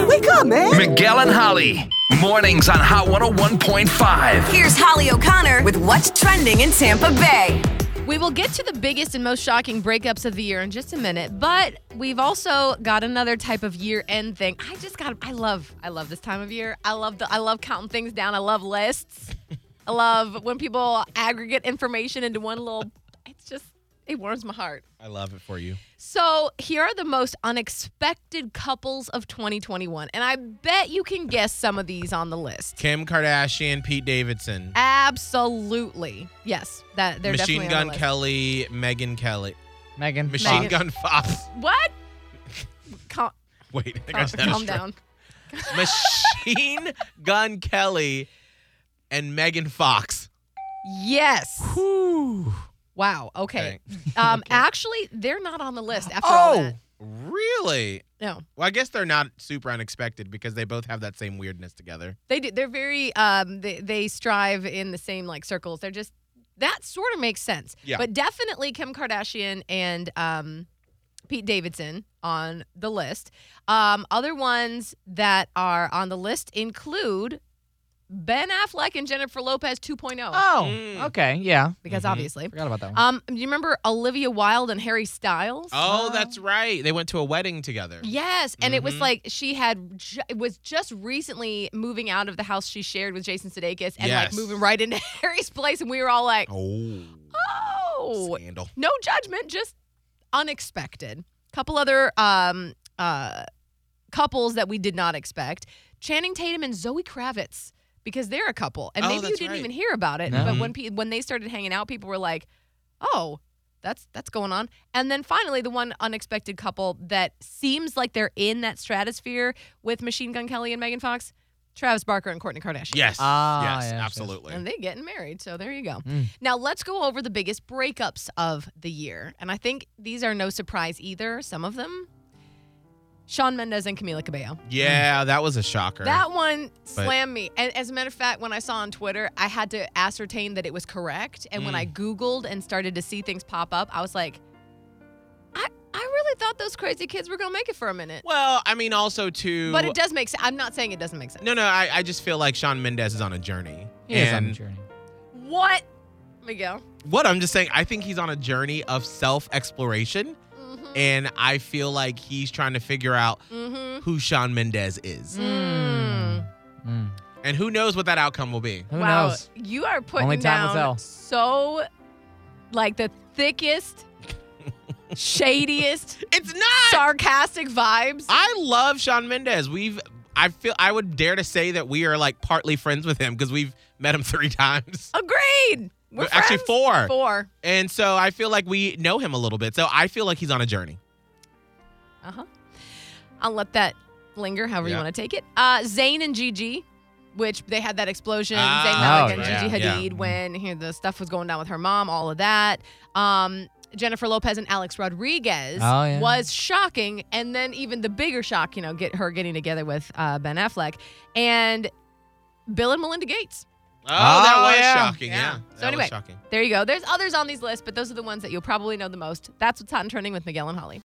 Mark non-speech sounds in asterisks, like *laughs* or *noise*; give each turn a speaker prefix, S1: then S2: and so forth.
S1: on, man.
S2: Miguel and Holly. Mornings on Hot 101.5.
S3: Here's Holly O'Connor with what's trending in Tampa Bay.
S4: We will get to the biggest and most shocking breakups of the year in just a minute, but we've also got another type of year-end thing. I just got I love I love this time of year. I love the I love counting things down. I love lists.
S5: *laughs*
S4: I love when people aggregate information into one little it's just it warms my heart.
S5: I love it for you.
S4: So, here are the most unexpected couples of 2021, and I bet you can guess some of these on the list.
S5: Kim Kardashian, Pete Davidson,
S4: Absolutely. Yes, that they're
S5: Machine
S4: definitely on
S5: Gun
S4: the list.
S5: Kelly, Megan Kelly,
S6: Megan.
S5: Machine
S4: Megan-
S5: Gun Fox. *laughs*
S4: What? Cal-
S5: Wait, I
S4: cal-
S5: got that
S4: Oh, calm
S5: straight.
S4: down.
S5: Machine Gun Kelly and Megan Fox.
S4: Yes. Wow. Okay. *laughs* Um, Actually, they're not on the list after
S6: Oh!
S4: all that.
S5: Oh, Really?
S4: No,
S5: Well, I guess they're not super unexpected because they both have that same weirdness together.
S4: they do. They're very. Um, they they strive in the same like circles. They're just that sort of makes sense.
S5: Yeah.
S4: But definitely Kim Kardashian and um, Pete Davidson on the list. Um, other ones that are on the list include Ben Affleck and Jennifer Lopez 2.0
S6: Oh,
S5: Mm.
S6: okay. Yeah.
S4: because
S5: mhm.
S4: obviously.
S6: Mm-hmm. Forgot about that one.
S4: Um, do you remember Olivia Wilde and Harry Styles?
S5: Oh, that's right. They went to a wedding together.
S4: Yes, and it was
S5: Mhm.
S4: like she had ju- it was just recently moving out of the house she shared with Jason Sudeikis and
S5: Yes.
S4: like moving right into *laughs* Harry's place, and we were all like,
S5: Oh,
S4: "Oh,
S5: scandal.
S4: no judgment, just unexpected." Couple other um uh couples that we did not expect: Channing Tatum and Zoe Kravitz, because they're a couple, and
S5: Oh,
S4: maybe you
S5: that's
S4: didn't
S5: right. Mm-hmm.
S4: even hear about it.
S6: No.
S4: But when pe- when they started hanging out, people were like, "Oh." That's that's going on. And then finally the one unexpected couple that seems like they're in that stratosphere with Machine Gun Kelly and Megan Fox, Travis Barker and Courtney Kardashian.
S5: Yes.
S6: Ah,
S5: yes,
S6: yes, yes.
S5: absolutely.
S4: And they getting married, so there you go.
S6: Mm.
S4: Now let's go over the biggest breakups of the year, and I think these are no surprise either. Some of them, Sean Mendez and Camila Cabello.
S5: Yeah, that was a shocker.
S4: That one slammed me. And as a matter of fact, when I saw on Twitter, I had to ascertain that it was correct. And when I Googled and started to see things pop up, I was like, I I really thought those crazy kids were gonna make it for a minute.
S5: well, I mean, also too.
S4: But it does make sense. I'm not saying it doesn't make sense.
S5: No, no, I, I just feel like Sean Mendez is on a journey.
S6: He is on
S5: and
S6: the journey.
S4: What? Miguel.
S5: what I'm just saying, I think he's on a journey of self exploration.
S4: Mm-hmm.
S5: And I feel like he's trying to figure out
S4: Mm-hmm.
S5: who Sean Mendez is.
S4: Mm.
S6: Mm.
S5: And who knows what that outcome will be.
S6: Who
S4: wow.
S6: knows?
S4: You are putting
S6: Only time will
S4: down
S6: tell.
S4: so like the thickest,
S6: *laughs*
S4: shadiest,
S5: It's not!
S4: sarcastic vibes.
S5: I love Sean Mendez. We've I feel I would dare to say that we are like partly friends with him because we've met him *laughs* three times.
S4: Agreed. We're
S5: Actually
S4: friends.
S5: four.
S4: Four.
S5: And so I feel like we know him a little bit. So I feel like he's on a journey.
S4: Uh huh. I'll let that linger, however
S5: Yeah.
S4: you want to take it. Uh, Zayn and Gigi, which they had that explosion.
S5: Ah,
S4: Zayn Malik
S6: oh,
S4: and
S6: yeah,
S4: Gigi
S5: yeah.
S4: Hadid when here the stuff was going down with her mom, all of that. Um, Jennifer Lopez and Alex Rodriguez
S6: Oh, yeah.
S4: was shocking, and then even the bigger shock, you know, get her getting together with uh, Ben Affleck and Bill and Melinda Gates.
S5: Oh, that
S6: Oh,
S5: was
S6: yeah.
S5: shocking. Yeah.
S4: Yeah.
S5: That
S4: So anyway.
S5: was shocking.
S4: There you go. There's others on these lists, but those are the ones that you'll probably know the most. That's what's hot and trending with Miguel and Holly.